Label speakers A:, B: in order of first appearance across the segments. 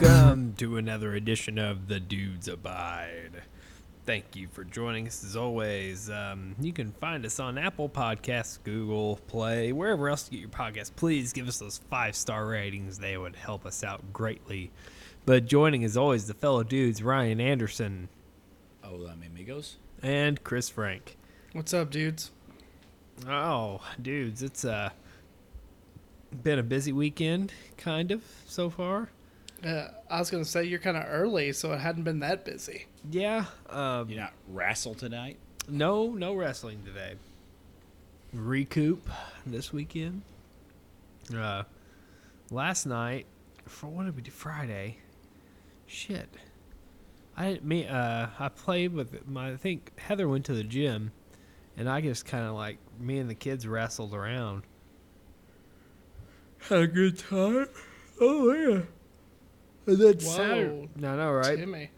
A: to another edition of The Dudes Abide. Thank you for joining us as always. Um, you can find us on Apple Podcasts, Google Play, wherever else you get your podcasts. Please give us those five star ratings, they would help us out greatly. But joining as always the fellow dudes Ryan Anderson
B: Hola, mi amigos.
A: and Chris Frank.
C: What's up, dudes?
A: Oh, dudes, it's uh, been a busy weekend, kind of, so far.
C: Uh, I was gonna say you're kind of early, so it hadn't been that busy.
A: Yeah. Um,
B: You're not wrestle tonight?
A: No, no wrestling today. Recoup this weekend. Uh, last night, for what did we do? Friday. Shit. I didn't mean. Uh, I played with my. I think Heather went to the gym, and I just kind of like me and the kids wrestled around. Had a good time. Oh yeah. And then Saturday.
C: Whoa,
A: No, no, right
C: Timmy.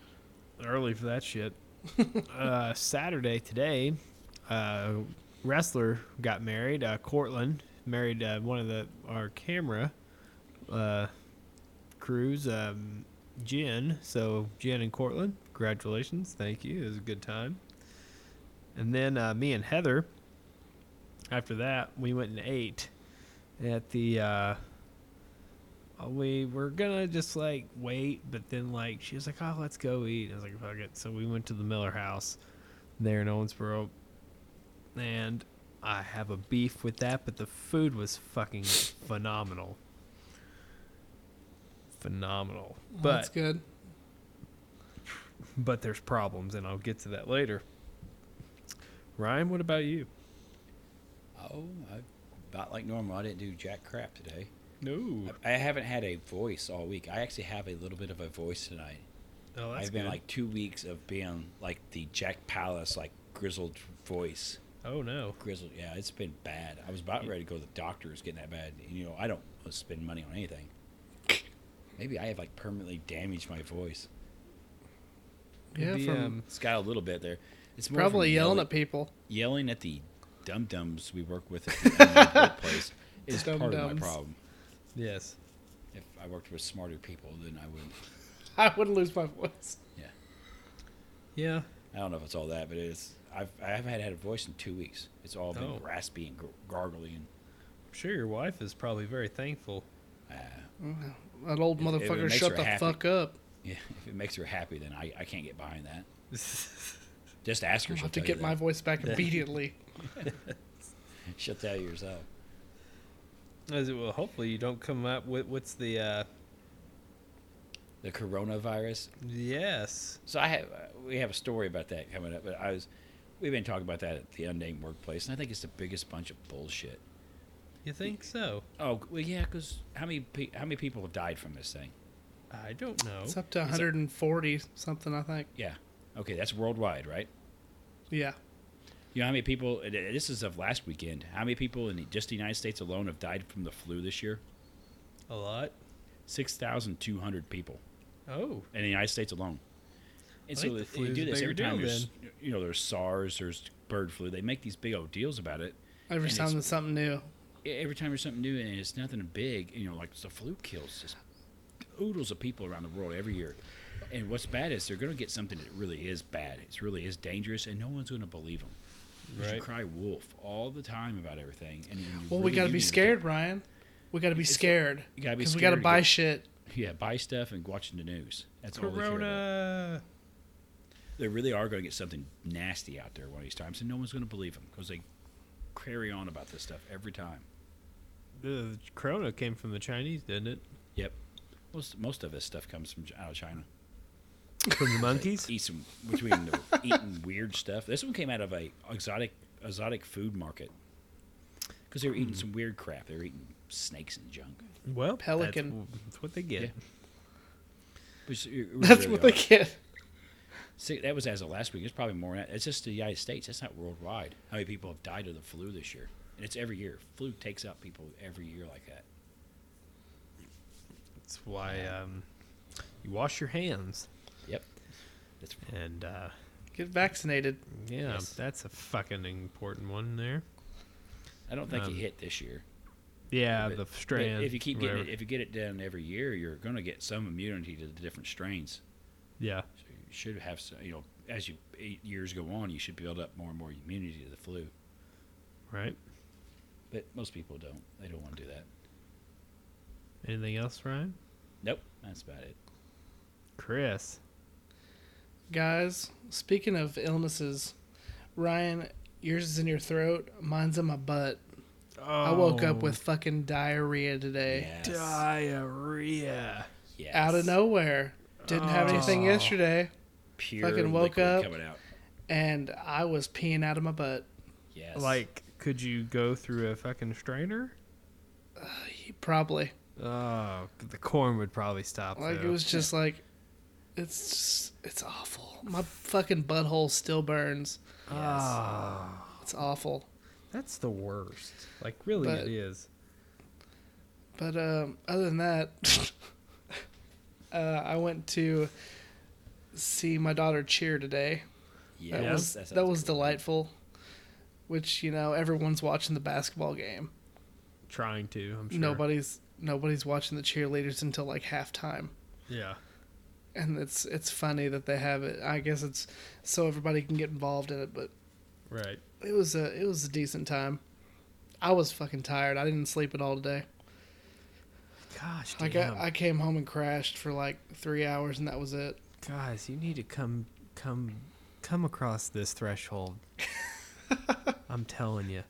A: early for that shit. uh, Saturday today, uh, wrestler got married. Uh, Cortland married uh, one of the our camera uh, crews, um, Jen. So Jen and Cortland, congratulations! Thank you. It was a good time. And then uh, me and Heather. After that, we went and ate at the. Uh, uh, we were gonna just like wait, but then like she was like, "Oh, let's go eat." I was like, "Fuck it." So we went to the Miller House there in Owensboro, and I have a beef with that, but the food was fucking phenomenal, phenomenal.
C: Well,
A: but
C: that's good.
A: but there's problems, and I'll get to that later. Ryan, what about you?
B: Oh, I, about like normal. I didn't do jack crap today.
A: No,
B: I haven't had a voice all week. I actually have a little bit of a voice tonight.
A: oh, that's
B: I've been
A: good.
B: like two weeks of being like the Jack Palace, like grizzled voice.
A: oh no,
B: Grizzled, yeah, it's been bad. I was about ready to go to the doctor. It's getting that bad. And, you know, I don't wanna spend money on anything. Maybe I have like permanently damaged my voice.
C: Yeah,
A: The,
C: from
A: um,
B: It's got a little bit there. It's more from
C: probably yelling at people.
B: yelling at the dum dums we work with at the unnamed workplace is part of my
C: Dum-dums.
B: problem.
A: yes.
B: If I worked with smarter people, then I would.
C: I would lose my voice.
B: Yeah,
A: Yeah,
B: I don't know if it's all that, but it's. I've I haven't had, had a voice in two weeks. It's all been
A: Oh.
B: raspy and gr- gargly and.
A: I'm sure your wife is probably very thankful.
B: Uh,
C: That old
B: If- if it
C: motherfucker
B: makes
C: shut
B: her
C: the
B: happy.
C: fuck up.
B: yeah, if it makes her happy, then I, I can't get behind that. Just ask her.
C: I'll
B: She'll
C: have to
B: tell
C: get
B: you
C: my
B: that.
C: voice back immediately.
B: She'll tell you yourself.
A: As it, well, hopefully you don't come up with what's the uh,
B: The coronavirus.
A: yes.
B: So I have uh, we have a story about that coming up, but I was we've been talking about that at the unnamed workplace, and I think it's the biggest bunch of bullshit.
A: You think so?
B: Oh well, yeah, because how many pe- how many people have died from this thing?
A: I don't
B: Oh,
A: know.
C: It's up to 140 something, I think.
B: Yeah, okay, that's worldwide, right?
C: Yeah,
B: You know how many people? and, uh, This is of last weekend. How many people in just the United States alone have died from the flu this year?
A: A lot.
B: Six thousand two hundred people
A: Oh,
B: in the United States alone. And
A: I
B: so
A: think the
B: they- they
A: flu's
B: do
A: a
B: this
A: bigger
B: every time.
A: deal
B: There's, you know, there's SARS, there's bird flu. They make these big old deals about it.
C: every
B: And
C: time
B: it's-
C: there's something new.
B: e-, every time there's something new and it's nothing big, you know, like the flu kills just oodles of people around the world every year. And what's bad is they're going to get something that really is bad. It really is dangerous, and no one's going to believe them. You
A: right.
B: cry wolf all the time about everything. And when you
C: Well,
B: really
C: we gotta
B: do
C: be
B: need to-
C: scared, Ryan. We gotta be scared.
B: you gotta be
C: 'Cause we
B: scared
C: gotta
B: to
C: buy
B: get-
C: shit.
B: Yeah, buy stuff and watching the news. That's all. they care about.
A: Corona.
B: They really are going to get something nasty out there one of these times, and no one's going to believe them because they carry on about this stuff every time.
A: The corona came from the Chinese, didn't it?
B: Yep. Most most of this stuff comes from Ch- out of China.
A: From the monkeys.
B: eat some between the eating weird stuff. This one came out of a exotic exotic food market because they were
C: Hmm.
B: eating some weird crap. They were eating snakes and junk.
A: Well, that's
C: Pelican.
A: w- That's, what they get.
B: Yeah. Which, it- it
C: That's
B: really
C: what
B: are.
C: they get.
B: See, that was as of last week. It's probably more. than that. It's just the United States. That's not worldwide. How many people have died of the flu this year? And it's every year. Flu takes out people every year like that.
A: That's why um, you wash your hands
B: Yep. That's
A: and uh,
C: Get vaccinated.
A: yeah,
B: Yes.
A: that's a fucking important one there.
B: I don't think
A: Um,
B: it hit this year.
A: Yeah,
B: But-
A: the
B: but
A: strand.
B: If you keep
A: whatever.
B: getting it, if you get it done every year, you're going to get some immunity to the different strains.
A: yeah,
B: So you should have, some, you know, as you eight years go on, you should build up more and more immunity to the flu.
A: right.
B: But most people don't. They don't want to do that.
A: Anything else, Ryan?
B: Nope, that's about it.
A: Chris.
C: Guys, speaking of illnesses, Ryan, yours is in your throat, mine's in my butt.
A: Oh,
C: I woke up with fucking diarrhea today.
A: diarrhea.
B: Yes.
C: Out of nowhere. Didn't have anything
A: Oh.
C: yesterday,
B: Pure
C: fucking woke
B: liquid
C: up.
B: coming out.
C: and I was peeing out of my butt.
B: Yes.
A: Like, could you go through a fucking strainer?
C: Probably.
A: Oh, the corn would probably stop.
C: Like it
A: though.
C: was just like it's just, it's awful. My fucking butthole still burns.
B: Yes.
A: Ah,
C: It's awful.
A: that's the worst. Like, really,
C: But-
A: it is.
C: But um, other than that, uh, I went to see my daughter cheer today.
B: yes.
C: That was that,
B: sounds
C: was
B: cool.
C: delightful. Which you know everyone's watching the basketball game.
A: Trying to, I'm sure.
C: Nobody's nobody's watching the cheerleaders until like halftime.
A: Yeah.
C: And it's it's funny that they have it. I guess it's so everybody can get involved in it. But
A: Right.
C: it was a it was a decent time. I was fucking tired. I didn't sleep at all today.
A: Gosh,
C: Like
A: damn.
C: I, I came home and crashed for like three hours, and that was it.
A: Guys, you need to come, come, come across this threshold. I'm telling you.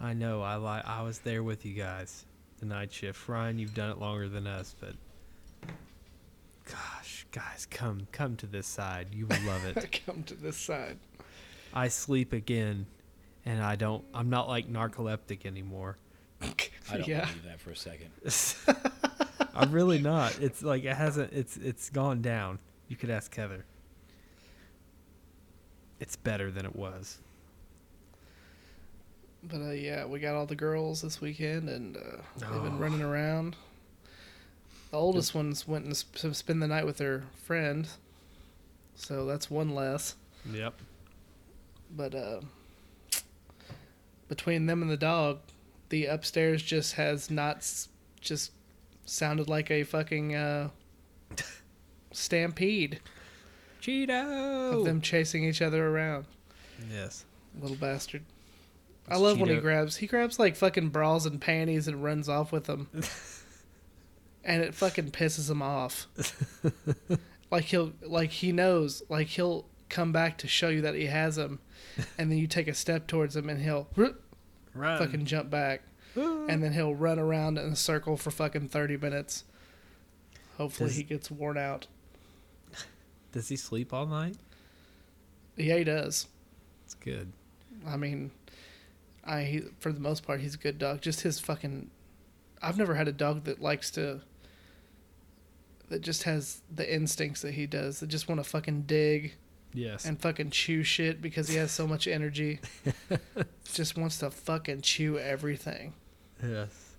A: I know. I li- I was there with you guys, the night shift. Ryan, you've done it longer than us, but gosh, guys, come, come to this side. You will love
C: I
A: it.
C: come to this side.
A: I sleep again, and I don't. I'm not like narcoleptic anymore.
B: I don't
C: yeah.
B: believe that for a second.
A: I'm really not. It's like it hasn't. It's it's gone down. You could ask Heather. It's better than it was.
C: But uh, yeah, we got all the girls this weekend, and uh, they've
A: Oh.
C: been running around. The oldest ones went and sp- spend the night with her friend, so that's one less.
A: Yep.
C: But uh, between them and the dog, the upstairs just has not s- just sounded like a fucking uh, stampede
A: Cheeto.
C: of them chasing each other around.
A: Yes.
C: Little bastard. I
A: It's
C: love when he
A: Cheeto.
C: grabs. He grabs like fucking bras and panties and runs off with them. and it fucking pisses him off. like he'll like he knows, like he'll come back to show you that he has them. And then you take a step towards him and he'll
A: Run.
C: fucking jump back. And then he'll run around in a circle for fucking 30 minutes. Hopefully
A: Does-
C: he gets worn out.
A: Does he sleep all night?
C: Yeah, he does.
A: It's good.
C: I mean, I he, for the most part he's a good dog. Just his fucking. I've never had a dog that likes to. That just has the instincts that he does. That just want to fucking dig
A: Yes.
C: and fucking chew shit because he has so much energy. just wants to fucking chew everything.
A: yes.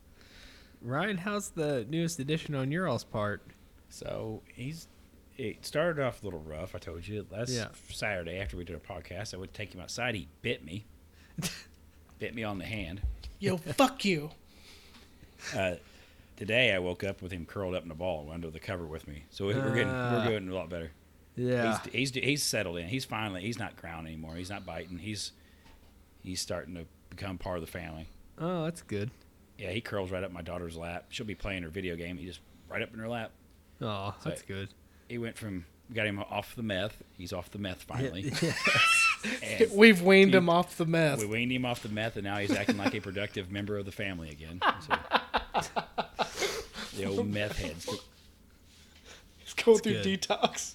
A: Ryan, how's the newest edition on your all's part?
B: So he's it started off a little rough. I told you last
A: Yeah.
B: Saturday after we did our podcast, I went to take him outside. He bit me, bit me on the hand.
C: Yo, fuck you.
B: Uh, today I woke up with him curled up in a ball under the cover with me. So we're getting
C: Uh.
A: Ah.
B: we're getting a lot better.
A: Yeah.
B: He's, he's he's settled in. He's finally he's not growling anymore. He's not biting. He's he's starting to become part of the family.
A: Oh, that's good.
B: Yeah, he curls right up my daughter's lap. She'll be playing her video game. He just right up in her lap.
A: Oh,
B: So-
A: that's good.
B: He went from got him off the meth. He's off the meth finally. And
C: We've weaned
B: Dude.
C: him off the meth.
B: we weaned him off the meth, and now he's acting like a productive member of the family again. So, the old meth heads.
C: He's going through
A: That's good.
C: detox.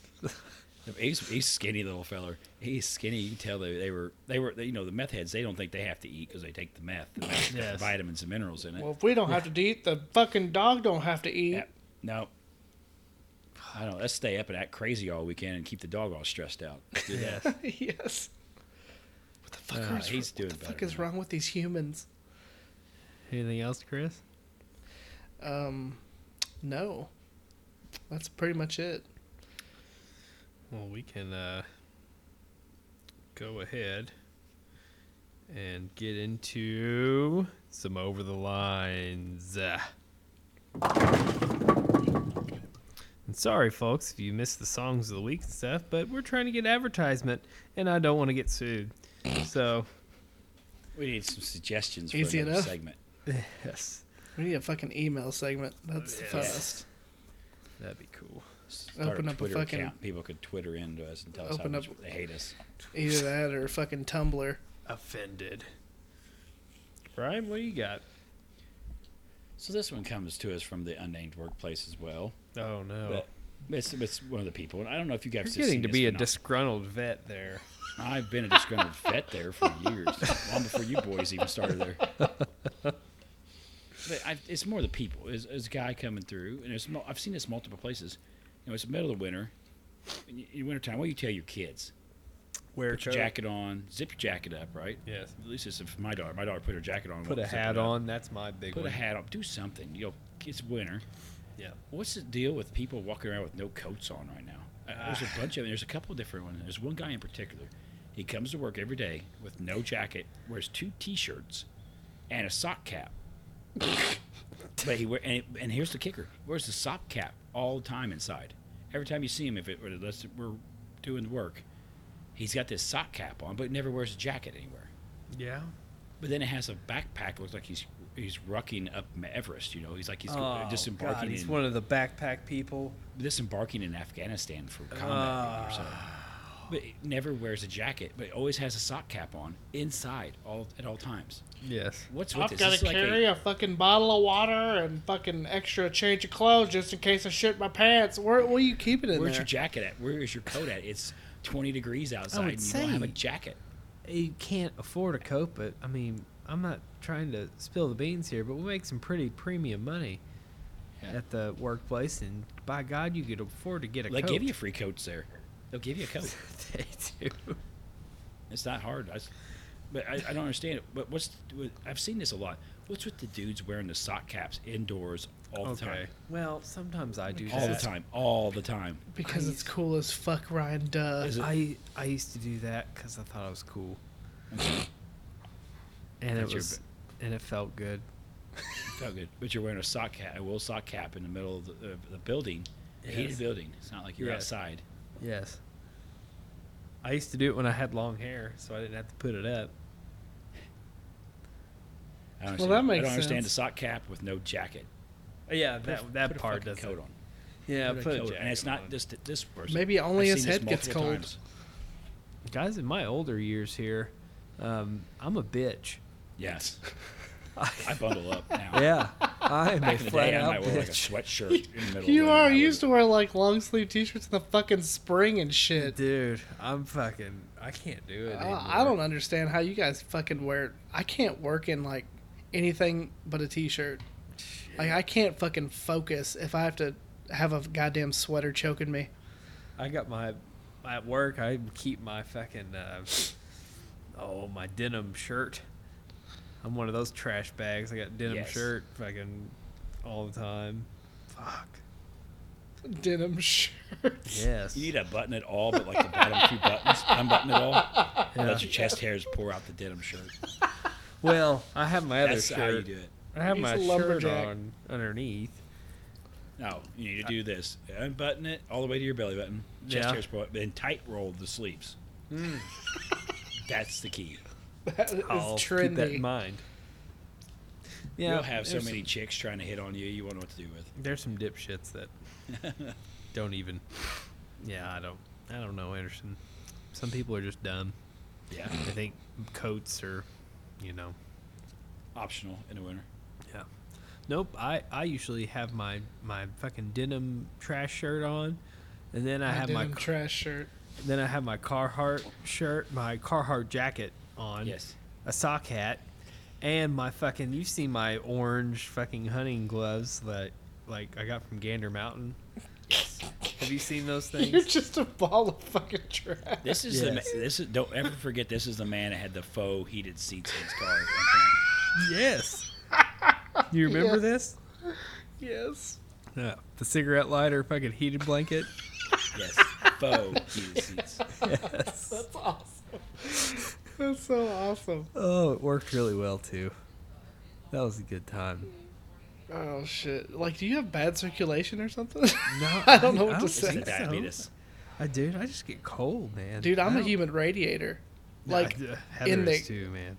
B: He's, he's skinny little feller. He's skinny. You can tell they, they were they were they, you know the meth heads. They don't think they have to eat because they take the meth. The meth's got
A: Yes.
B: vitamins and minerals in it.
C: Well, if we don't have to eat, the fucking dog don't have to eat.
B: Yeah. No. I don't. know. Let's stay up and act crazy all weekend and keep the dog all stressed out. Let's do that.
A: Yes.
C: yes. What the fuck,
B: Ah,
C: is,
B: he's
C: what
B: doing
C: the fuck
B: better
C: is
B: now.
C: wrong with these humans?
A: Anything else, Chris?
C: Um, no. That's pretty much it.
A: Well, we can uh, go ahead and get into some over the lines. Ah. And sorry, folks, if you missed the songs of the week and stuff, but we're trying to get advertisement, and I don't want to get sued. So,
B: We need some suggestions for
C: Easy
B: another
C: enough.
B: segment.
A: yes,
C: We need a fucking email segment. That's the
A: Yes.
C: funnest.
A: that'd be cool.
B: Start
C: Open up a
B: Twitter
C: fucking-
B: account. People could Twitter into us and tell us how
C: Open
B: much
C: up-
B: they hate us.
C: Either that or fucking Tumblr.
A: Offended. Brian, what do you got?
B: So this one comes to us from the unnamed workplace as well.
A: Oh no,
B: But it's, it's one of the people, and I don't know if you guys
A: you're getting
B: have seen
A: to
B: this
A: be
B: or
A: a
B: not.
A: disgruntled vet there.
B: I've been a disgruntled vet there for years, long before you boys even started there. But i it's more the people. There's, there's a guy coming through, and it's, mul- I've seen this multiple places. You know, it's the middle of the winter. In, in wintertime, what do you tell your kids?
A: Wear a
B: Put your
A: coat.
B: jacket on, zip your jacket up, right?
A: Yes.
B: At least it's for my daughter. My daughter put her jacket on.
A: Put
B: won't
A: a
B: zip it
A: hat
B: up.
A: on. That's my big
B: Put
A: one.
B: a hat on. Do something. You know, it's winter.
A: Yeah.
B: What's the deal with people walking around with no coats on right now? Uh, there's
A: Ah.
B: a bunch of them. There's a couple of different ones. There's one guy in particular. He comes to work every day with no jacket, wears two T-shirts, and a sock cap. but he wear, and, and here's the kicker: wears the sock cap all the time inside. Every time you see him, if it unless we're doing work, he's got this sock cap on, but never wears a jacket anywhere.
A: Yeah.
B: But then it has a backpack. Looks like he's he's rucking up Everest. You know, he's like he's disembarking.
A: Oh, God, he's
B: in-
A: one of the backpack people.
B: disembarking in Afghanistan for
C: Ah.
B: combat duty or something. But it never wears a jacket, but it always has a sock cap on inside all at all times.
A: Yes.
B: What's with
C: I've
B: this?
C: got
B: This
C: to
B: is like a-
C: carry a fucking bottle of water and fucking extra change of clothes just in case I shit my pants. Where, where you keeping it in
B: where's
C: there?
B: your jacket at? Where is your coat at? It's 20 degrees outside
A: would
B: and you don't have a
A: say-
B: jacket.
A: You can't afford a coat, but I mean, I'm not trying to spill the beans here, but we make some pretty premium money
B: Yeah.
A: at the workplace, and by God, you could afford to get a
B: They
A: coat.
B: give you free coats there. They'll give you a coat.
A: they do.
B: It's not hard. I s but I, I don't understand it. But what's what- I've seen this a lot. What's with the dudes wearing the sock caps indoors all the time?
A: Well, sometimes I do
B: All the
A: that.
B: time. All the time.
C: because it's
A: Christ.
C: cool as fuck, Ryan. Duh.
B: Is it-
A: I I used to do that because I thought I was cool, and
B: That's
A: it
B: your
A: was, and it felt good.
B: Felt good. But you're wearing a sock cap, a wool sock cap in the middle of the, of the building, a
A: Yes.
B: heated building. It's not like you're
A: Yes.
B: outside.
A: Yes. I used to do it when I had long hair, so I didn't have to put it up.
B: I don't
C: Well,
B: understand-
C: that
B: I
C: makes
B: don't understand the
C: sense.
B: sock cap with no jacket.
A: Yeah,
B: Put a-
A: that that
B: put a
A: part
B: fucking
A: doesn't.
B: coat on.
A: Yeah,
B: Put a
A: put a
B: coat on.
A: jacket
B: and it's not
A: on.
B: just this person.
C: Maybe only
B: I've
C: his
B: seen this
C: head gets
B: multiple
C: cold.
B: times.
A: guys in my older years here. Um, I'm a bitch.
B: Yes, I bundle up now.
A: Yeah, I am
B: Back
A: a
B: in the
A: flat
B: day, I
A: out
B: might wear like a
A: bitch,
B: sweatshirt in the middle. of
C: you
B: winter.
C: are
B: I would-
C: used to wear like long sleeve t-shirts in the fucking spring and shit.
A: dude. I'm fucking. I can't do it.
C: Uh, I don't understand how you guys fucking wear. I can't work in like anything but a t-shirt. Like I can't fucking focus if I have to have a goddamn sweater choking me.
A: I got my at work. I keep my fucking uh, oh my denim shirt. I'm one of those trash bags. I got denim
B: Yes.
A: shirt fucking all the time. Fuck.
C: Denim shirt.
A: Yes.
B: You need to button it all, but like the bottom two buttons, unbutton it all.
A: Yeah.
B: Let your chest hairs pour out the denim shirt.
A: Well, I have my other
B: That's
A: shirt.
B: how you do it.
A: I have
C: He's
A: my
C: a
A: shirt
C: lumberjack.
A: on underneath.
B: No, you need to do this. Unbutton it all the way to your belly button. Chest
A: Yeah.
B: hair spot, then tight roll the sleeves.
C: Hmm.
B: That's the key.
C: That is
A: I'll keep that in
C: trendy.
A: mind.
B: you
A: Yeah,
B: You'll have so
A: there's
B: many chicks trying to hit on you. You won't know what to do with.
A: some- there's some dipshits that don't even. Yeah, I don't. I don't know, Anderson. Some people are just dumb.
B: Yeah,
A: I think coats are, you know.
B: optional in the winter.
A: Yeah. Nope. I, I usually have my my fucking denim trash shirt on, and then I,
C: I
A: have my
C: denim
A: Ca-
C: trash shirt.
A: then I have my Carhartt shirt, my Carhartt jacket on.
B: Yes.
A: A sock hat, and my fucking. You've seen my orange fucking hunting gloves that like I got from Gander Mountain. have you seen those
C: You're
A: things?
C: just a ball of fucking trash.
B: This is
A: Yes.
B: the ma- this is don't ever forget. This is the man that had the faux heated seats in his car.
A: yes. You remember
C: Yeah.
A: this?
C: Yes.
A: Yeah. The cigarette lighter, fucking heated blanket.
B: yes, faux heated seats.
A: yes.
C: That's awesome. That's so awesome.
A: Oh, it worked really well too. That was a good time.
C: Oh shit! Like, do you have bad circulation or something?
A: No,
C: I don't know what to
A: don't
C: say.
A: think so.
B: diabetes.
A: I dude, I just get cold, man.
C: Dude, I'm
A: I
C: a
A: don't-
C: human radiator.
A: Nah,
C: Like,
A: d- Heather
C: in
A: is
C: the-
A: too, man.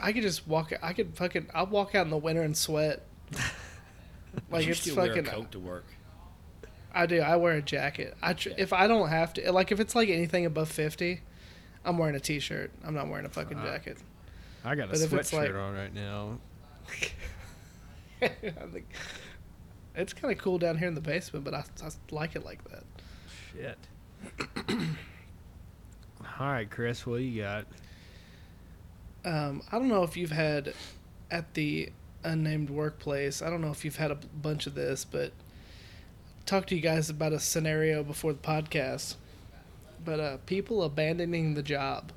C: I could just walk. I could fucking. I'll walk out in the winter and sweat. Like
B: you
C: it's
B: still
C: fucking.
B: wear a coat to work.
C: I do. I wear a jacket. I tr-
B: Yeah.
C: if I don't have to. Like if it's like anything above fifty, I'm wearing a t-shirt. I'm not wearing a fucking
B: Uh-huh.
A: Fuck.
C: jacket.
A: I got a
C: but if
A: sweatshirt
C: it's like-
A: on right now.
C: I think it's kind of cool down here in the basement, but I, I like it like that.
A: Shit. All right, Chris, what you got?
C: Um, I don't know if you've had at the unnamed workplace. I don't know if you've had a b- bunch of this, but talk to you guys about a scenario before the podcast. But uh, people abandoning the job,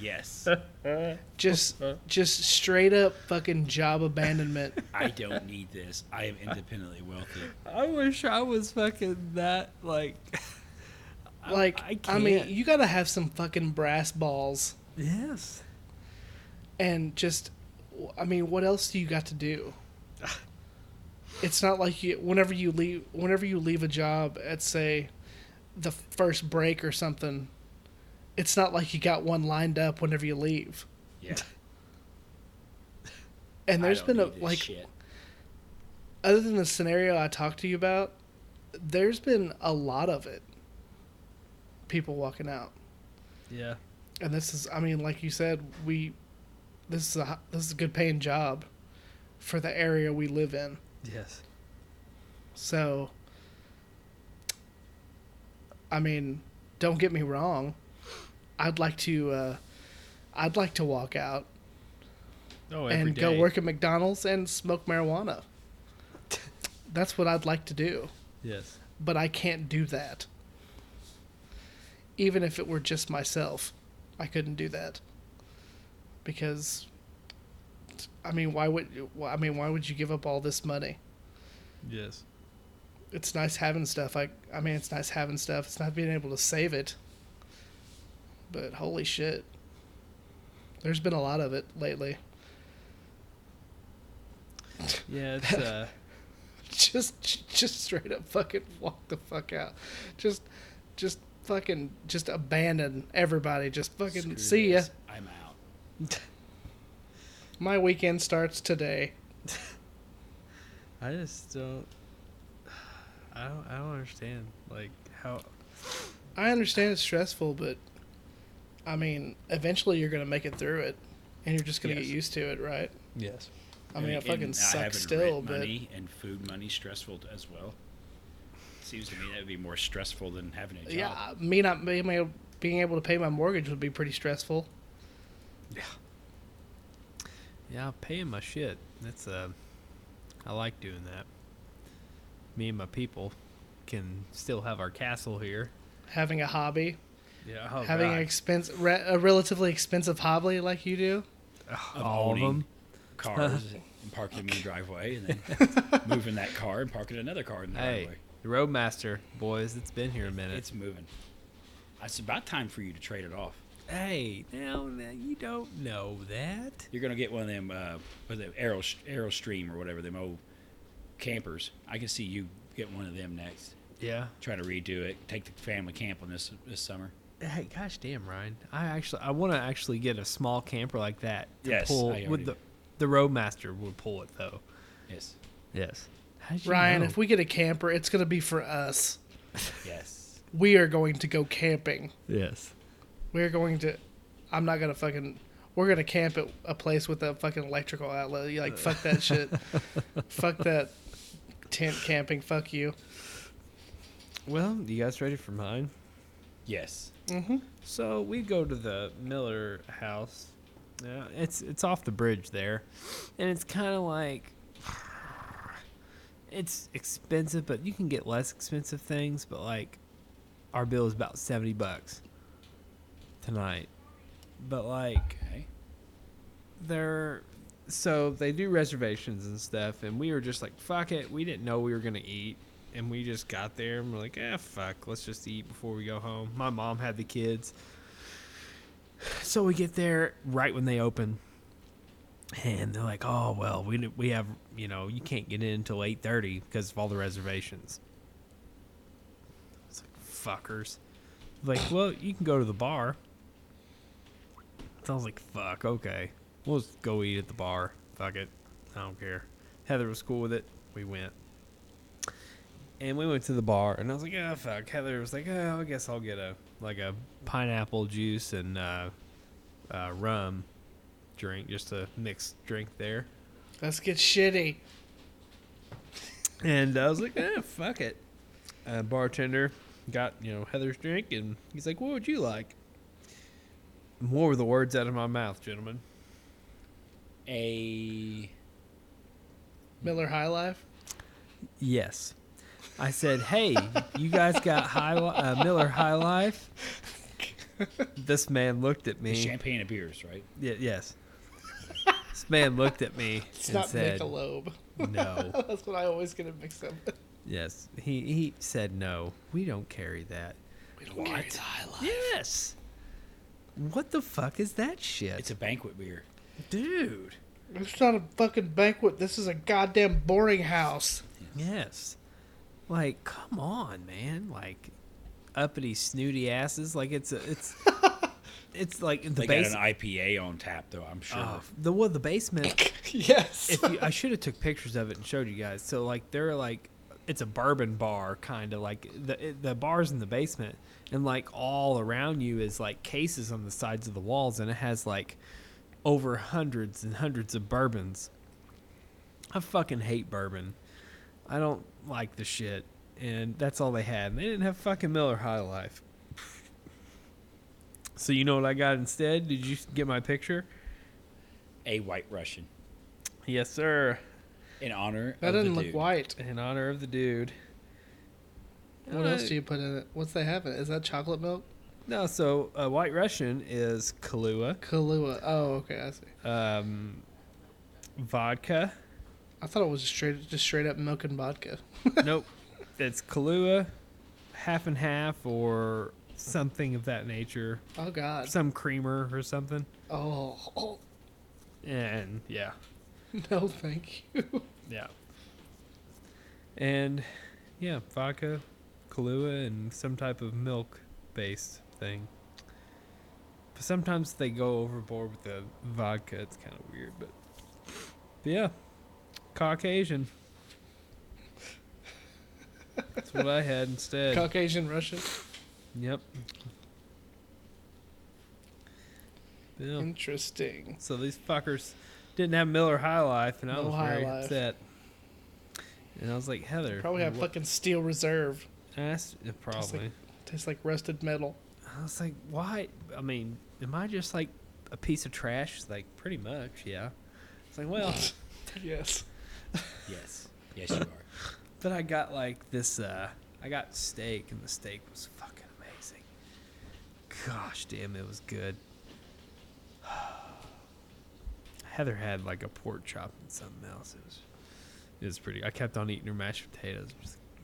B: Yes.
C: just just straight up fucking job abandonment.
B: I don't need this. I am independently wealthy.
A: I wish I was fucking that like.
C: like
A: I
C: I, mean,
A: can't.
C: you gotta have some fucking brass balls,
A: Yes.
C: and just I mean, what else do you got to do? It's not like you. Whenever you leave, whenever you leave a job at say the first break or something, it's not like you got one lined up whenever you leave.
B: Yeah.
C: And
B: I
C: there's
B: don't
C: been a
B: need this
C: like
B: shit.
C: other than the scenario I talked to you about, there's been a lot of it. People walking out.
A: Yeah.
C: and this is i mean like you said we this is a hi- this is a good paying job for the area we live in
A: Yes.
C: so i mean don't get me wrong i'd like to uh i'd like to walk out
A: Oh,
C: and go work at mcdonald's and smoke marijuana that's what i'd like to do
A: Yes.
C: but i can't do that even if it were just myself i couldn't do that because i mean why would wh- i mean why would you give up all this money
A: Yes.
C: it's nice having stuff i i mean it's nice having stuff it's not being able to save it but holy shit there's been a lot of it lately
A: Yeah. It's, uh,
C: just just straight up fucking walk the fuck out just just fucking just abandon everybody just fucking
B: Screw
C: see ya
B: this. I'm out.
C: my weekend starts today
A: I just don't. I don't. I don't understand. Like how.
C: I understand it's stressful, but I mean, eventually you're gonna make it through it, and you're just gonna
A: Yes.
C: get used to it, right?
A: Yes.
C: I mean, it fucking
B: and
C: sucks
B: having
C: still,
B: rent
C: but
B: money and food money stressful as well. Seems to me that would be more stressful than having a job.
C: yeah, me not me, me being able to pay my mortgage would be pretty stressful.
A: Yeah. I'm paying my shit. That's uh. I like doing that. Me and my people can still have our castle here.
C: Having a hobby,
A: Yeah. Oh
C: having an expense, re, a relatively expensive hobby like you do,
B: Of
A: all of
B: owning
A: them.
B: Cars and parking them in the driveway and then moving that car and parking another car in the
A: Hey,
B: driveway.
A: the Roadmaster boys. It's been here a minute.
B: It's moving. It's about time for you to trade it off.
A: hey, now, now you don't know that.
B: You're gonna get one of them, uh, with the Aero Aerostream or whatever them old campers. I can see you get one of them next.
A: Yeah.
B: Try to redo it. Take the family camping this this summer.
A: Hey, gosh damn, Ryan! I actually I want to actually get a small camper like that. To
B: Yes,
A: pull
B: I
A: with
B: already-
A: the the Roadmaster would pull it though.
B: Yes.
A: Yes. How did you
C: Ryan.
A: know?
C: If we get a camper, it's gonna be for us.
B: Yes.
C: We are going to go camping.
A: yes.
C: We're going to. I'm not gonna fucking. We're gonna camp at a place with a fucking electrical outlet. You like fuck that shit. fuck that tent camping. Fuck you.
A: Well, you guys ready for mine?
B: Yes.
A: So we go to the Miller house. Uh, it's it's off the bridge there, and it's kind of like it's expensive, but you can get less expensive things. But like, our bill is about seventy bucks tonight. But like,
B: Okay.
A: they're so they do reservations and stuff and we were just like fuck it we didn't know we were gonna eat and we just got there and we're like eh fuck let's just eat before we go home my mom had the kids so we get there right when they open and they're like, "Oh well, we d- we have you know you can't get in until eight thirty because of all the reservations." It's like fuckers. Like, well, you can go to the bar. So I was like, "Fuck, okay, we'll just go eat at the bar. Fuck it, I don't care." Heather was cool with it. We went. And we went to the bar, and I was like, "Oh fuck!" Heather was like, "Oh, I guess I'll get a like a pineapple juice and uh, uh, rum." drink, just a mixed drink there.
C: Let's get shitty.
A: And I was like, eh, fuck it. Uh, bartender got, you know, Heather's drink, and he's like, what would you like? More were the words out of my mouth, gentlemen.
B: A
C: Miller High Life.
A: Yes. I said, hey, you guys got high Li- uh, Miller High Life? This man looked at me.
B: champagne of beers, right?
A: Y- yes. This man looked at me
C: It's
A: and
C: not
A: said,
C: Michelob.
A: no.
C: That's what I always get it mixed up. with.
A: Yes. He, he said, no, we don't carry that.
C: We don't carry the High Life.
A: Yes. What the fuck is that shit?
B: It's a banquet beer.
A: dude.
C: It's not a fucking banquet. This is a goddamn boring house.
A: Yes. Like, come on, man. Like, uppity snooty asses. Like, it's a, it's it's like in the
B: They got
A: base.
B: an IPA on tap, though. I'm sure.
A: Oh, the well, the basement.
C: yes.
A: if you, I should have took pictures of it and showed you guys. So like, they're like, it's a bourbon bar kind of like the it, the bars in the basement, and like all around you is like cases on the sides of the walls, and it has like over hundreds and hundreds of bourbons. I fucking hate bourbon. I don't like the shit. And that's all they had. And they didn't have fucking Miller High Life. So you know what I got instead? Did you get my picture?
B: A white Russian
A: Yes, sir.
B: in honor.
C: that
B: of the
C: doesn't look
B: dude.
C: white.
A: In honor of the dude.
C: What
A: Uh,
C: else do you put in it? What's they have in it? Is that chocolate milk?
A: No, so uh, White Russian is Kahlua,
C: Kahlua. Oh, okay, I see.
A: um, vodka.
C: I thought it was just straight, just straight up milk and vodka.
A: nope. It's Kahlua, half and half, or something of that nature.
C: Oh God.
A: Some creamer or something.
C: Oh, oh
A: And yeah.
C: no, thank you.
A: Yeah. And yeah, vodka, Kahlua, and some type of milk based thing. But sometimes they go overboard with the vodka. It's kind of weird, but, but yeah, Caucasian. That's what I had instead.
C: Caucasian Russian.
A: yep. Yeah.
C: Interesting.
A: So these fuckers didn't have Miller High Life, and I
C: No
A: was
C: High
A: very
C: Life.
A: upset. And I was like, Heather,
C: Probably have
A: what-
C: fucking Steel Reserve.
A: I asked- uh, probably.
C: Tastes like rusted metal.
A: I was like, why? I mean, am I just like a piece of trash? She's Like, pretty much, yeah. It's like, well,
C: Yes.
B: Yes. Yes, you are.
A: but I got like this. uh I got steak, and the steak was fucking amazing. Gosh damn, it was good. Heather had like a pork chop and something else. It was, it was pretty. I kept on eating her mashed potatoes.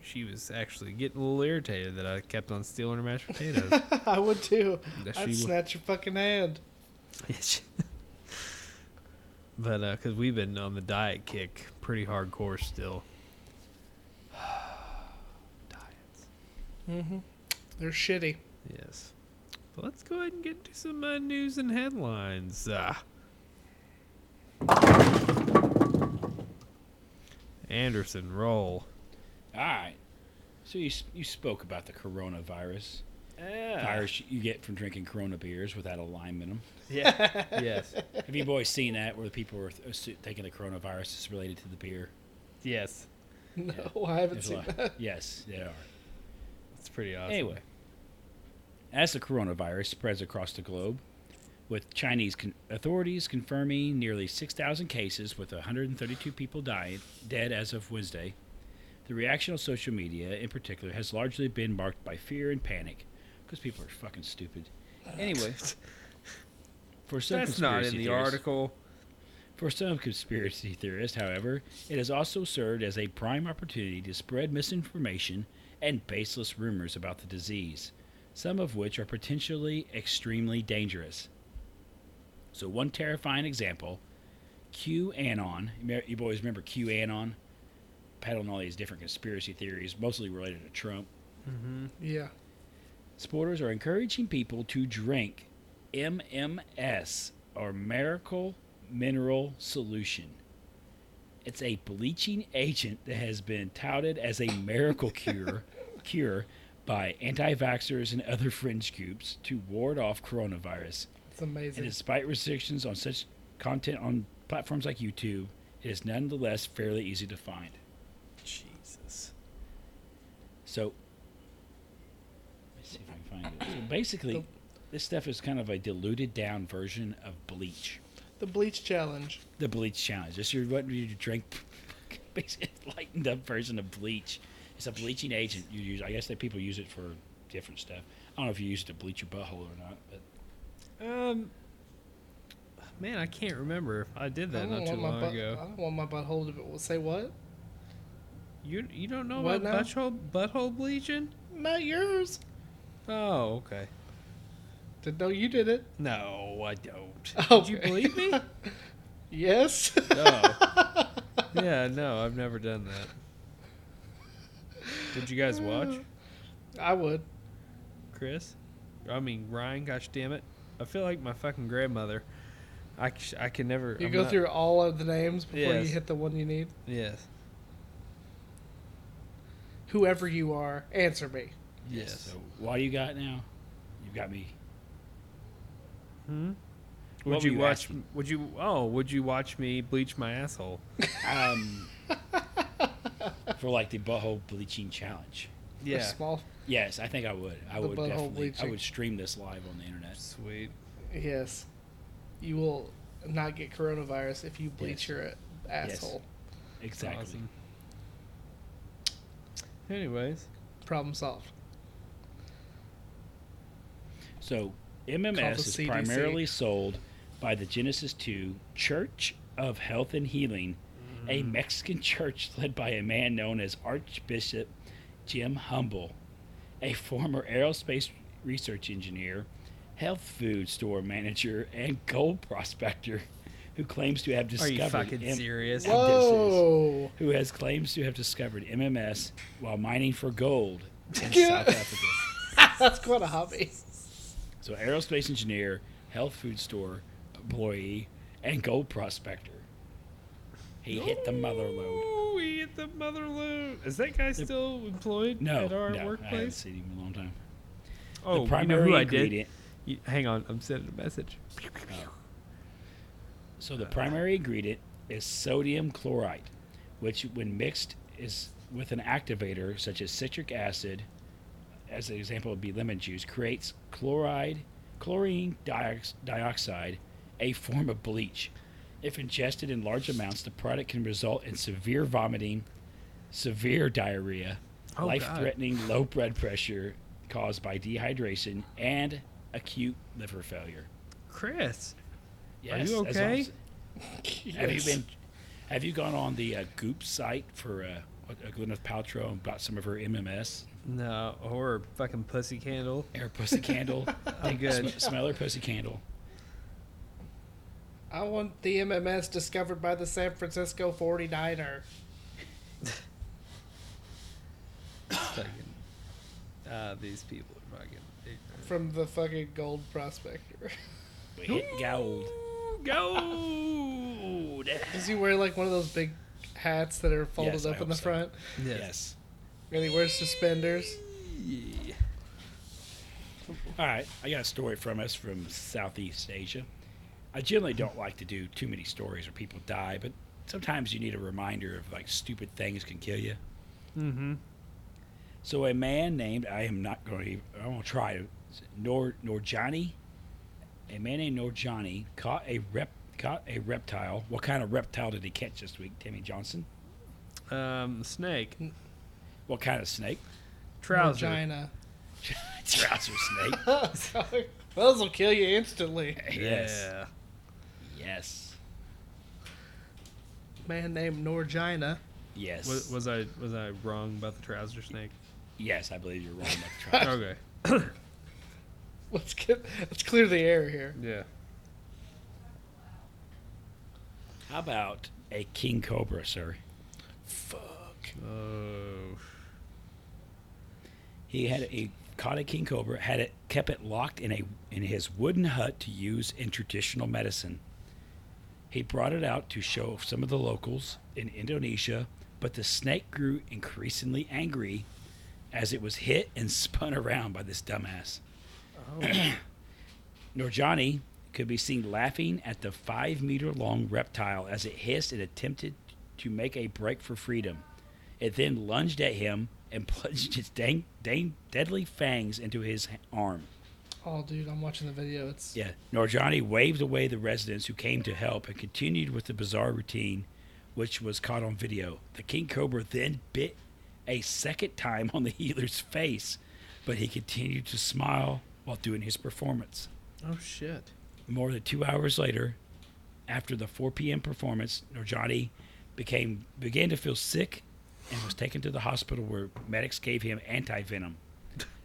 A: She was actually getting a little irritated that I kept on stealing her mashed potatoes.
C: I would too.
A: That
C: I'd
A: she wa-
C: snatch your fucking hand.
A: Bitch. but uh, because we've been on the diet kick pretty hardcore still. Diets.
C: Mm-hmm. They're shitty.
A: Yes. But let's go ahead and get to some uh, news and headlines. Uh, Anderson, roll.
B: All right. So you s- you spoke about the coronavirus.
C: Ah.
B: Virus you get from drinking Corona beers without a lime in them.
A: Yeah. yes.
B: Have you boys seen that where the people are th- assu- thinking the coronavirus is related to the beer?
A: Yes.
C: No, Oh, I haven't
B: There's a
C: seen
B: lot-
C: that.
B: Yes, they are.
A: It's pretty awesome.
B: Anyway, as the coronavirus spreads across the globe, with Chinese con- authorities confirming nearly 6,000 cases, with 132 people dying, dead as of Wednesday, the reaction on social media, in particular, has largely been marked by fear and panic, because people are fucking stupid. Anyway, for some
A: That's not in
B: conspiracy
A: the
B: theorists-
A: article.
B: for some conspiracy theorists, however, it has also served as a prime opportunity to spread misinformation and baseless rumors about the disease, some of which are potentially extremely dangerous. So, one terrifying example QAnon. You me- You boys remember QAnon? Peddling all these different conspiracy theories, mostly related to Trump.
C: Yeah.
B: Supporters are encouraging people to drink MMS or Miracle Mineral Solution. It's a bleaching agent that has been touted as a miracle cure cure by anti-vaxxers and other fringe groups to ward off coronavirus.
C: It's amazing.
B: And despite restrictions on such content on platforms like YouTube, it is nonetheless fairly easy to find.
A: Jesus.
B: So, let's see if I can find it. So basically, this stuff is kind of a diluted down version of bleach.
C: The bleach challenge.
B: The bleach challenge. This is what you drink, basically lightened up version of bleach. It's a bleaching agent you use. I guess that people use it for different stuff. I don't know if you use it to bleach your butthole or not, but
A: Um, man, I can't remember. I did
C: I
A: that not
C: don't
A: too
C: want my
A: long
C: butt- I
A: ago.
C: don't want my butthole to be. Say what?
A: You you don't know
C: What
A: about
C: now?
A: butthole butthole bleaching?
C: Not yours.
A: Oh, okay.
C: Didn't know you did it.
A: No, I don't. Did you
C: Okay.
A: believe me?
C: Yes.
A: Oh. yeah, no, I've never done that. Did you guys watch,
C: I would.
A: Chris? I mean, Ryan, gosh damn it. I feel like my fucking grandmother. I, c- I can never.
C: You
A: I'm
C: go
A: not-
C: through all of the names before
A: Yes.
C: you hit the one you need.
A: Yes.
C: Whoever you are, answer me.
A: Yes.
B: So what do you got now? You've got me.
A: Hmm?
B: What
A: Would
B: were
A: you,
B: you
A: watch?
B: asking?
A: Would you? Oh, would you watch me bleach my asshole?
B: Um, for like the butthole bleaching challenge.
C: The small.
B: Yes, I think I would. I
C: The
B: would
C: butthole
B: definitely. I
C: bleaching.
B: would stream this live on the internet.
A: Sweet.
C: Yes. You will not get coronavirus if you bleach
B: Yes.
C: your asshole.
B: Exactly.
A: Awesome. Anyways,
C: Problem solved.
B: So
C: Called
B: MMS
C: the
B: is
C: CDC.
B: primarily sold by the Genesis 2 Church of Health and Healing, a
A: Mm.
B: Mexican church led by a man known as Archbishop Jim Humble, a former aerospace research engineer, health food store manager, and gold prospector who claims to have
A: are
B: discovered
A: you fucking
B: M-
A: serious?
B: Whoa.
C: Whoa!
B: who has claims to have discovered MMS while mining for gold in
C: Yeah.
B: South Africa.
C: That's quite a hobby.
B: So, aerospace engineer, health food store employee, and gold prospector. He hit the mother load.
A: Ooh, he hit the mother load. Is that guy still employed
B: No,
A: at our
B: no, I haven't
A: workplace?
B: seen him in a long time.
A: Oh,
B: the primary
A: you know who
B: ingredient.
A: I did? You- hang on, I'm sending a message.
B: So the primary ingredient is sodium chloride, which, when mixed, is with an activator such as citric acid, as an example would be lemon juice, creates chloride, chlorine diox- dioxide, a form of bleach. If ingested in large amounts, the product can result in severe vomiting, severe diarrhea,
A: Oh, God.
B: life-threatening low blood pressure caused by dehydration, and acute liver failure.
A: Chris,
B: Yes,
A: you
B: that's what I'm
A: okay?
B: s- have you been? Have you gone on the uh, Goop site for uh, what- uh, Gwyneth Paltrow and bought some of her MMS?
A: no, or fucking pussy candle.
B: Air pussy candle.
A: I'm good.
B: Sm- smell her pussy candle.
C: I want the MMS discovered by the San Francisco 49er.
A: fucking, uh, these people are fucking.
C: from the fucking gold prospector.
B: We hit gold.
A: Gold.
C: Does he wear like one of those big hats that are folded
B: Yes, I
C: up in
B: hope
C: the
B: so.
C: front?
A: Yes.
B: Yes.
C: And he wears suspenders.
A: Yeah.
B: All right. I got a story from us from Southeast Asia. I generally don't like to do too many stories where people die, but sometimes you need a reminder of like stupid things can kill you.
A: Mm-hmm.
B: So a man named I am not going to I won't try to Nor Norjani. A man named Norjani caught a rep caught a reptile. What kind of reptile did he catch this week, Timmy Johnson?
A: Um, snake.
B: What kind of snake?
A: Trouser.
C: Vagina.
B: Trouser snake.
C: Oh, Those will kill you instantly.
B: Yes. Yes.
C: Man named Norgina.
B: Yes.
A: Was, was I was I wrong about the trouser snake?
B: yes, I believe you're wrong about the trouser.
A: Okay.
C: Let's get let's clear the air here.
A: Yeah.
B: How about a king cobra, sir?
C: Fuck.
A: Oh,
B: He had he caught a king cobra, had it kept it locked in a in his wooden hut to use in traditional medicine. He brought it out to show some of the locals in Indonesia, but the snake grew increasingly angry as it was hit and spun around by this dumbass. Norjani could be seen laughing at the five meter long reptile as it hissed and attempted to make a break for freedom. It then lunged at him and plunged its dang, dang, deadly fangs into his h- arm.
C: Oh, dude, I'm watching the video. It's
B: Yeah. Norjani waved away the residents who came to help and continued with the bizarre routine, which was caught on video. The king cobra then bit a second time on the healer's face, but he continued to smile while doing his performance.
A: oh shit.
B: More than two hours later, after the 4 p.m. performance, Norjani became began to feel sick and was taken to the hospital where medics gave him anti-venom.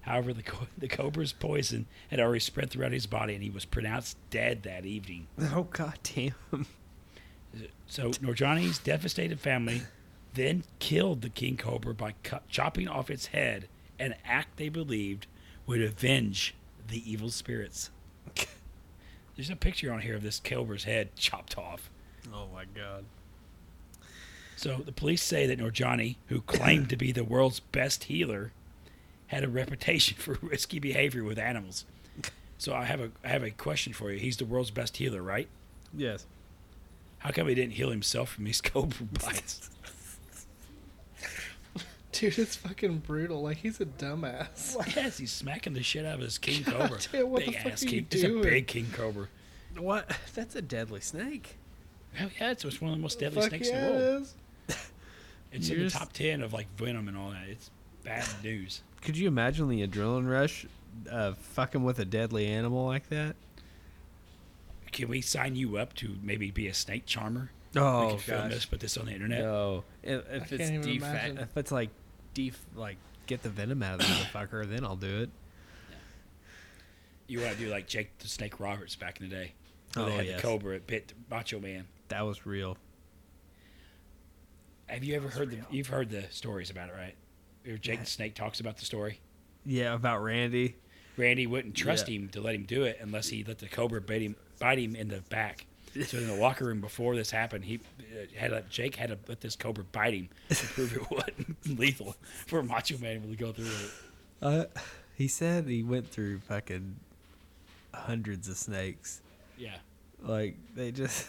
B: However, the, co- the cobra's poison had already spread throughout his body, and he was pronounced dead that evening.
A: Oh god damn.
B: So Norjani's devastated family then killed the king cobra by cu- chopping off its head, an act they believed would avenge the evil spirits. There's a picture on here of this cobra's head chopped off.
A: Oh my god.
B: So the police say that Norjani, who claimed to be the world's best healer, had a reputation for risky behavior with animals. So I have a I have a question for you. He's the world's best healer, right?
A: Yes.
B: How come he didn't heal himself from these cobra bites?
C: dude, it's fucking brutal. Like he's a dumbass.
B: yes, he's smacking the shit out of his king cobra.
C: damn, what the
B: big
C: fuck
B: ass
C: are you
B: king. He's a
C: doing?
B: big king cobra.
A: What? That's a deadly snake.
B: Hell yeah, it's it's one of the most deadly
C: Fuck
B: snakes
C: yeah,
B: in the
C: it
B: world.
C: is.
B: It's
A: You're
B: in the
A: just-
B: top ten of like venom and all that. It's bad news.
A: Could you imagine the adrenaline rush of fucking with a deadly animal like that?
B: Can we sign you up to maybe be a snake charmer? we
A: Oh
B: can film this, put this on the internet.
A: No. If, if
C: I
A: it's
C: can't even
A: def-
C: imagine.
A: if it's like def- like get the venom out of the motherfucker, then I'll do it.
B: You want to do like Jake the Snake Roberts back in the day. where
A: Oh,
B: they had
A: yes.
B: the Cobra, it bit Macho Man.
A: That was real.
B: Have you ever heard the? You've heard the stories about it, right? Or Jake the Snake talks about the story.
A: Yeah, about Randy.
B: Randy wouldn't trust
A: Yeah.
B: him to let him do it unless he let the Cobra bite him, bite him in the back. So in the locker room before this happened, he uh, had a, Jake had to let this Cobra bite him to prove it wasn't lethal for Macho Man to go through it.
A: Uh, he said he went through fucking hundreds of snakes.
B: Yeah.
A: Like they just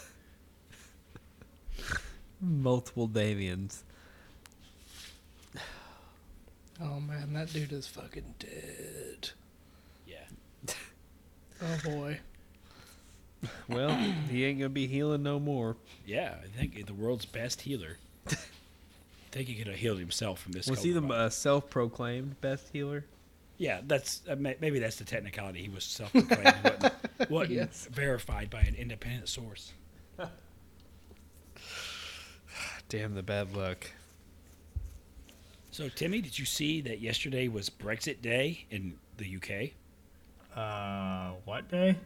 A: multiple Damians.
C: Oh man, that dude is fucking dead.
B: Yeah.
C: Oh boy.
A: Well, he ain't gonna be healing no more.
B: Yeah, I think the world's best healer. I think he could have healed himself from this.
A: Was he
B: Cobra
A: the
B: bite.
A: uh, self-proclaimed best healer?
B: Yeah, that's uh, may- maybe that's the technicality. He was self-proclaimed, wasn't, wasn't
C: Yes.
B: verified by an independent source.
A: Damn the bad luck.
B: So, Timmy, did you see that yesterday was Brexit Day in the UK?
D: Uh, what day?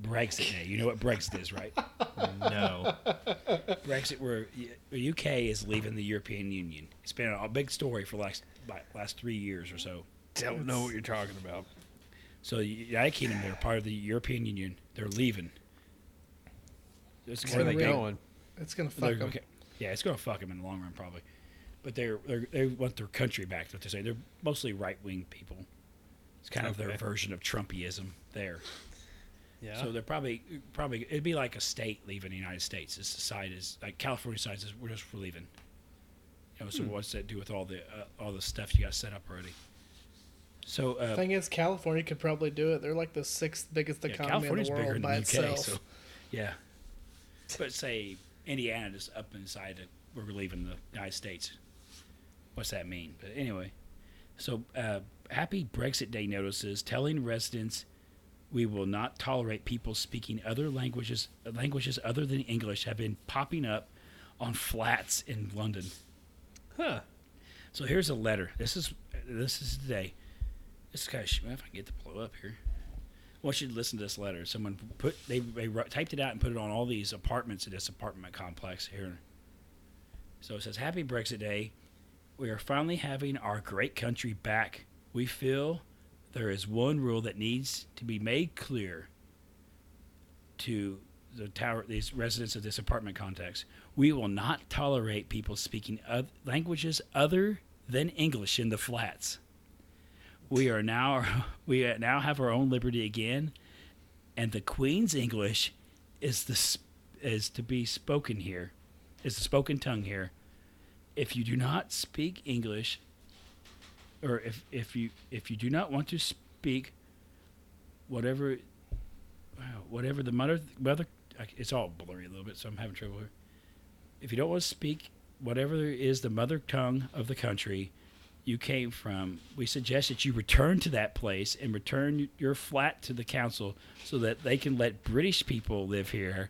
B: Brexit Day. You know what Brexit is, right?
D: No.
B: Brexit, where y- the UK is leaving the European Union. It's been a big story for the last like, last three years or so.
A: Don't know what you're talking about.
B: So, the United Kingdom, they're part of the European Union. They're leaving. It's
A: Where are they
C: Unreal.
A: going?
C: It's gonna fuck
B: They're-
C: 'em.
B: okay. Yeah, it's going to fuck them in the long run, probably. But they're, they're they want their country back. What they say, they're mostly right wing people. It's kind of their
A: Okay.
B: version of Trumpism there.
A: Yeah.
B: So they're probably probably it'd be like a state leaving the United States. This side is like California side is we're just we're leaving. You know,
A: Hmm.
B: so what's that do with all the uh, all the stuff you got set up already? So uh,
C: Thing is, California could probably do it. They're like the sixth biggest
B: yeah,
C: economy in
B: California's
C: the
B: bigger
C: world
B: than
C: by
B: the UK,
C: itself.
B: so yeah. But say Indiana just up inside it, we're leaving the United States. What's that mean? But anyway, so uh, happy Brexit Day notices telling residents we will not tolerate people speaking other languages languages other than English have been popping up on flats in London.
A: huh.
B: So here's a letter. This is this is today. This is kind of shit. man, If I can get to blow up here, want you to listen to this letter. Someone put they, they wrote- typed it out and put it on all these apartments at this apartment complex here. So it says, "Happy Brexit Day. We are finally having our great country back. We feel there is one rule that needs to be made clear to the tower these residents of this apartment complex. We will not tolerate people speaking oth- languages other than English in the flats." we are now we now have our own liberty again, and the Queen's English is the s- is to be spoken here, is the spoken tongue here. If you do not speak English, or if if you if you do not want to speak, whatever, wow, whatever the mother mother, it's all blurry a little bit, so I'm having trouble here. If you don't want to speak whatever is the mother tongue of the country, you came from, we suggest that you return to that place and return your flat to the council so that they can let British people live here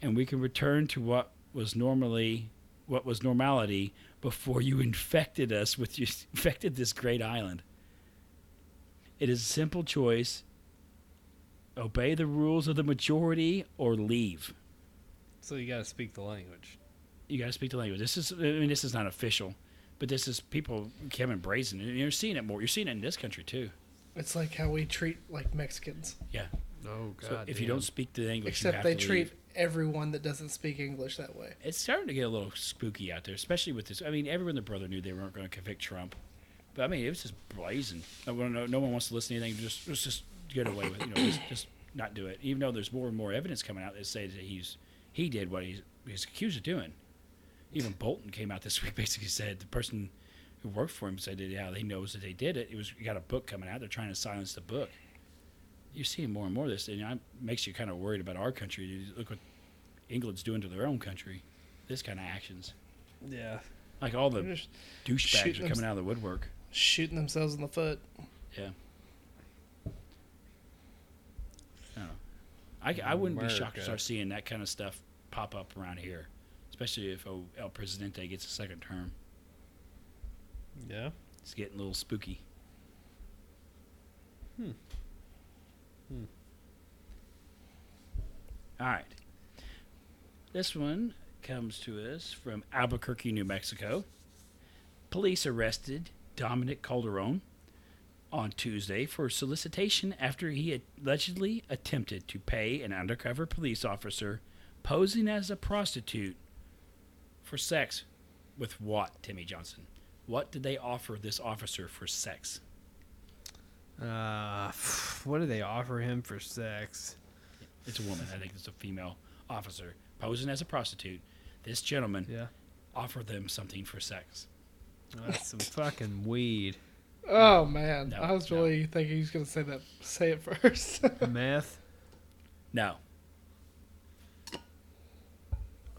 B: and we can return to what was normally what was normality before you infected us with you infected this great island. It is a simple choice. Obey the rules of the majority or leave.
E: So you got to speak the language.
B: You gotta speak the language. This is I mean this is not official, but this is people Kevin Brazen. And you're seeing it more. You're seeing it in this country too.
C: It's like how we treat like Mexicans,
E: Oh God!
B: So if you don't speak the English, you
C: except
B: have
C: they
B: to
C: treat
B: leave.
C: everyone that doesn't speak English that way.
B: It's starting to get a little spooky out there, especially with this. I mean, everyone, their brother knew they weren't going to convict Trump, but I mean, it was just blazing. No one, no, no one wants to listen to anything. Just, let's just get away with, it. you know, just, just not do it. Even though there's more and more evidence coming out that says that he's he did what he's he's accused of doing. Even Bolton came out this week, basically said the person who worked for him said that yeah, he knows that they did it. It was you got a book coming out. They're trying to silence the book. You're seeing more and more of this, and it makes you kind of worried about our country. You Look what England's doing to their own country. This kind of actions,
E: yeah,
B: like all
C: They're
B: the
C: just
B: douchebags
C: shooting
B: are
C: them-
B: coming out of the woodwork.
C: shooting themselves in the foot.
B: I, I wouldn't be shocked
E: America.
B: to start seeing that kind of stuff pop up around here, especially if oh, El Presidente gets a second term.
E: yeah.
B: It's getting a little spooky.
E: Hmm.
B: All right. This one comes to us from Albuquerque, New Mexico. Police arrested Dominic Calderon on Tuesday for solicitation after he allegedly attempted to pay an undercover police officer posing as a prostitute for sex with what, Timmy Johnson? What did they offer this officer for sex?
A: Uh, what do they offer him for sex?
B: It's a woman. I think it's a female officer posing as a prostitute. This gentleman
A: Yeah,
B: offered them something for sex.
A: that's some fucking weed,
C: Oh man,
B: No,
C: I was
B: no.
C: really thinking he was gonna say that. Say it first.
A: meth,
B: No,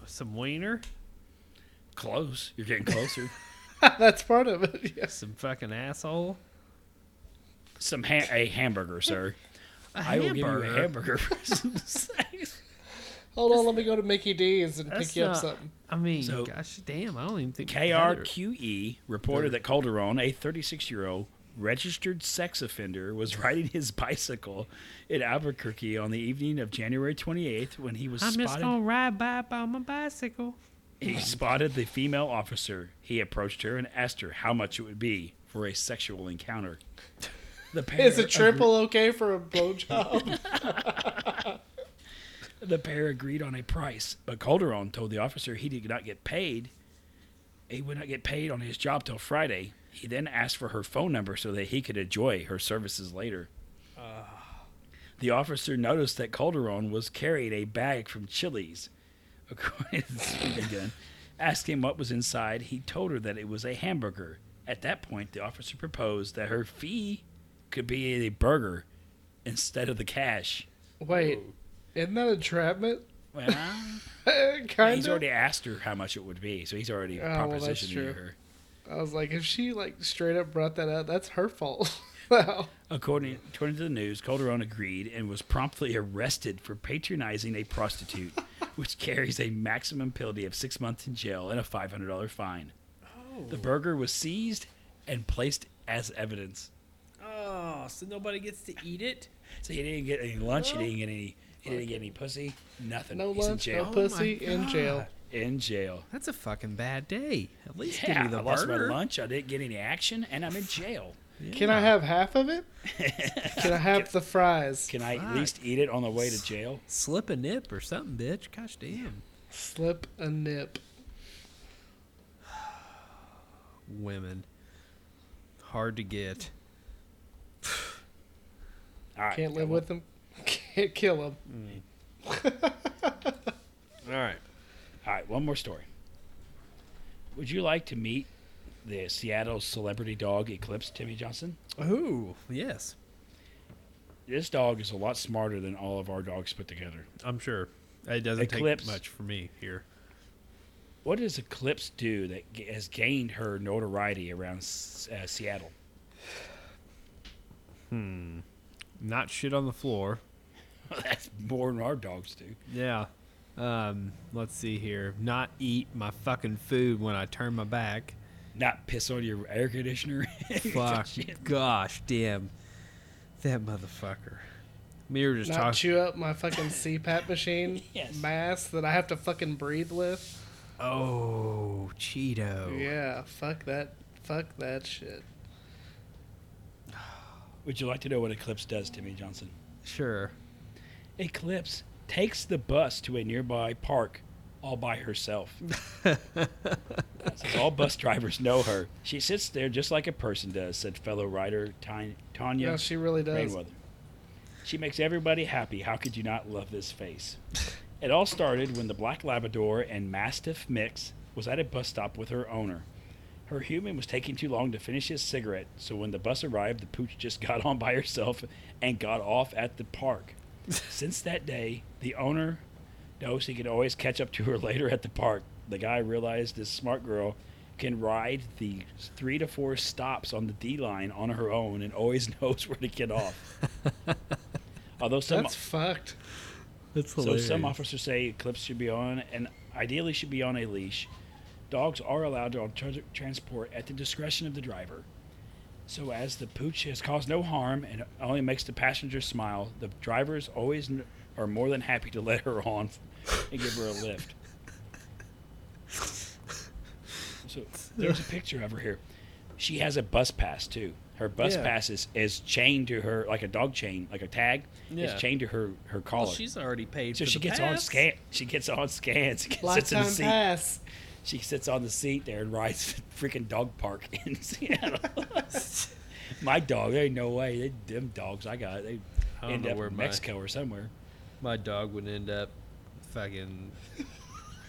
A: some wiener,
B: close. You're getting closer.
C: That's part of it. Yes.
A: some fucking asshole.
B: Some ha- a hamburger, sir.
A: A
B: I will give you a
A: hamburger?
B: hamburger for some sex.
C: Hold on, let me go to Mickey D's and
A: That's
C: pick you
A: not-
C: up something.
A: I mean,
B: So-
A: gosh damn, I don't even think Heather-
B: KRQE E reported that Calderon, a 36 year old registered sex offender, was riding his bicycle in Albuquerque on the evening of January 28th when he was
A: I'm just
B: spotted.
A: gonna ride by by my bicycle.
B: He spotted the female officer. He approached her and asked her how much it would be for a sexual encounter. The pair
C: Is a triple okay for a blowjob?
B: agre- the pair agreed on a price, but Calderon told the officer he did not get paid. He would not get paid on his job till Friday. He then asked for her phone number so that he could enjoy her services later. The officer noticed that Calderon was carrying a bag from Chili's. According to the speed gun, asked him what was inside. He told her that it was a hamburger. At that point, the officer proposed that her fee could be a burger instead of the cash.
C: Wait, isn't that entrapment?
B: Well,
C: kind
B: he's
C: of.
B: already asked her how much it would be, so he's already
C: Oh, well,
B: propositioning
C: that's true.
B: her.
C: I was like, if she like straight up brought that up, that's her fault. wow.
B: According, according to the news, Calderon agreed and was promptly arrested for patronizing a prostitute, which carries a maximum penalty of six months in jail and a $500
C: Oh.
B: fine. The burger was seized and placed as evidence.
E: Oh
A: Oh, so nobody gets to eat it?
B: So he didn't get any lunch. He didn't get any. He didn't get any pussy. Nothing.
C: No
B: He's in
C: lunch, no
B: jail. Oh
C: pussy, in jail.
B: In jail.
A: That's a fucking bad day. At least
B: Yeah,
A: give me the
B: I lost my
A: burger.
B: lunch. I didn't get any action, and I'm in jail.
C: Can I have half of it? Can I have the fries?
B: Can I
A: Fuck.
B: at least eat it on the way to jail?
A: Slip a nip or something, bitch. Gosh damn.
C: Slip a nip.
A: Women. Hard to get.
B: All right,
C: Can't
B: I
C: live
B: won't-
C: with them. Can't kill them.
A: All right.
B: All right, one more story. Would you like to meet the Seattle celebrity dog Eclipse, Timmy Johnson?
A: Ooh, yes.
B: This dog is a lot smarter than all of our dogs put together.
A: I'm sure. It doesn't
B: Eclipse.
A: take much for me here.
B: What does Eclipse do that g- has gained her notoriety around S- uh, Seattle?
A: Not shit on the floor.
B: That's more than our dogs do.
A: Yeah. Um, let's see here. Not eat my fucking food when I turn my back.
B: Not piss on your air conditioner.
A: Fuck. Gosh damn. That motherfucker. We were just
C: Not
A: talking.
C: chew up my fucking CPAP machine
B: Yes.
C: mask that I have to fucking breathe with.
A: oh, Cheeto.
C: Yeah, fuck that. Fuck that shit.
B: Would you like to know what Eclipse does, Timmy Johnson?
A: Sure.
B: Eclipse takes the bus to a nearby park all by herself. Since all bus drivers know her. She sits there just like a person does, said fellow writer Ty- Tanya
C: No, she really does.
B: Rainweather. She makes everybody happy. How could you not love this face? It all started when the black Labrador and Mastiff mix was at a bus stop with her owner. Her human was taking too long to finish his cigarette, so when the bus arrived, the pooch just got on by herself and got off at the park. Since that day, the owner knows he can always catch up to her later at the park. The guy realized this smart girl can ride the three to four stops on the D line on her own and always knows where to get off. Although some
C: That's fucked.
A: That's
B: so some officers say clips should be on, and ideally should be on a leash. Dogs are allowed to tra- transport at the discretion of the driver. So as the pooch has caused no harm and only makes the passenger smile, the drivers always kn- are more than happy to let her on and give her a lift. So there's a picture of her here. She has a bus pass too. Her bus
A: Yeah.
B: pass is, is chained to her like a dog chain, like a tag.
A: Yeah.
B: It's chained to her her collar.
A: she's already paid.
B: So
A: for
B: she
A: the
B: gets on
A: pass.
B: scan. She gets on scans. She sits in the
C: Lifetime
B: seat.
C: pass.
B: She sits on the seat there and rides freaking dog park in Seattle. My dog, there ain't no way. They, them dogs I got, they
A: I don't
B: end
A: know
B: up
A: where
B: in
A: my-
B: Mexico or somewhere.
A: My dog would end up fucking.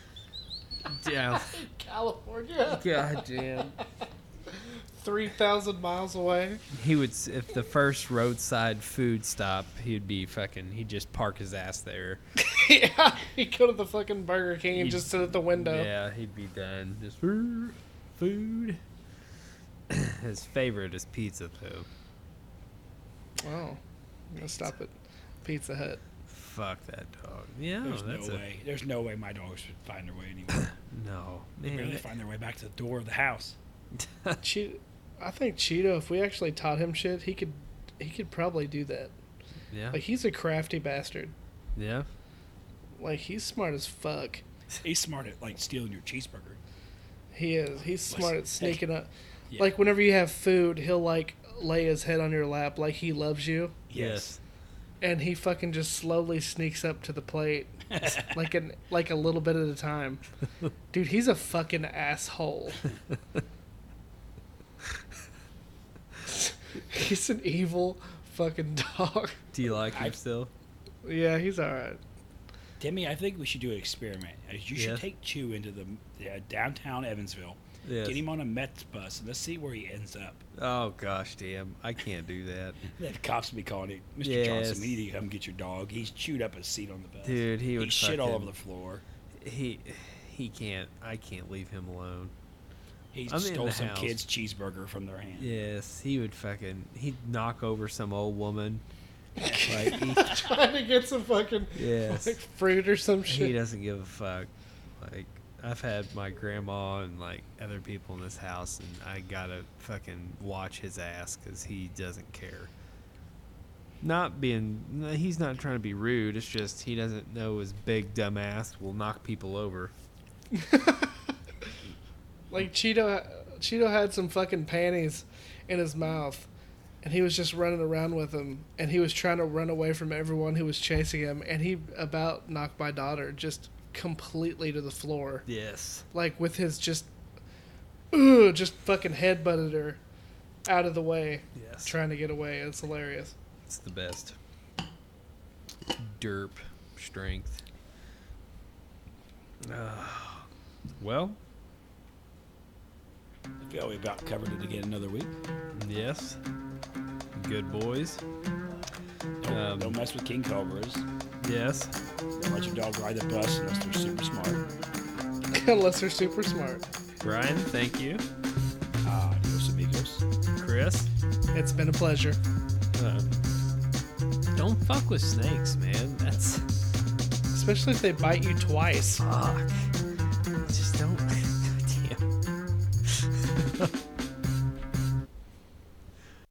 A: down.
C: California.
A: God damn.
C: 3,000 miles away.
A: He would, s- if the first roadside food stop, he'd be fucking, he'd just park his ass there.
C: yeah, you go to the fucking Burger King and
A: You-
C: just sit at the window.
A: Yeah, he'd be done. Just "Rrr, food. His favorite is pizza, though.
C: Wow. I'm going to stop at Pizza Hut.
A: Fuck that dog. Yeah,
B: There's
A: Oh, that's
B: no
A: a
B: way. There's no way my dogs would find their way anywhere.
A: no
B: they
A: man.
B: barely find their way back to the door of the house.
C: Che- I think Cheeto, if we actually taught him shit, he could he could probably do that.
A: Yeah,
C: Like he's a crafty bastard.
A: yeah.
C: Like he's smart as fuck.
B: He's smart at like stealing your cheeseburger.
C: He is. He's smart at
B: Listen, hey.
C: sneaking up.
B: Yeah.
C: Like whenever you have food, he'll like lay his head on your lap like he loves you, and he fucking just slowly sneaks up to the plate, like an like a little bit at a time. Dude, he's a fucking asshole. he's an evil fucking dog.
A: Do you like him
B: I've-
A: still?
C: Yeah, he's all right.
B: Timmy, I think we should do an experiment. Uh, You should
A: Yeah.
B: take Chew into the uh, downtown Evansville.
A: Yes.
B: Get him on a Mets bus and let's see where he ends up.
A: Oh gosh, damn! I can't do that,
B: That cops be calling it, Mr.
A: Yes.
B: Johnson. We need to come get your dog. He's chewed up his seat on the bus.
A: dude. He
B: he
A: would
B: shit all over
A: fucking-
B: the floor.
A: He he can't. I can't leave him alone.
B: He
A: I'm in
B: stole
A: the
B: some
A: house.
B: kid's cheeseburger from their hand.
A: Yes, he would fucking. He'd knock over some old woman. like, he-
C: Trying to get some fucking
A: yes.
C: like fruit or some
A: he
C: shit.
A: doesn't give a fuck. Like I've had my grandma and like other people in this house, and I gotta fucking watch his ass because he doesn't care. not being no, he's not trying to be rude it's just he doesn't know his big dumbass will knock people over
C: Like Cheeto, Cheeto had some fucking panties in his mouth, and he was just running around with them, and he was trying to run away from everyone who was chasing him, and he about knocked my daughter just completely to the floor,
A: yes
C: like with his just, ooh, just fucking head butted her out of the way,
A: yes
C: trying to get away. It's hilarious.
A: it's the best derp strength Ah, well
B: I feel we about covered it again another week.
A: yes good boys
B: Don't,
A: Um,
B: don't mess with king cobras.
A: yes
B: Don't let your dog ride the bus unless they're super smart.
C: Unless they're super smart.
A: brian thank you
B: Ah, adios amigos.
A: chris
C: It's been a pleasure.
A: um, don't fuck with snakes man that's
C: Especially if they bite you twice.
A: Fuck. Just don't. Damn.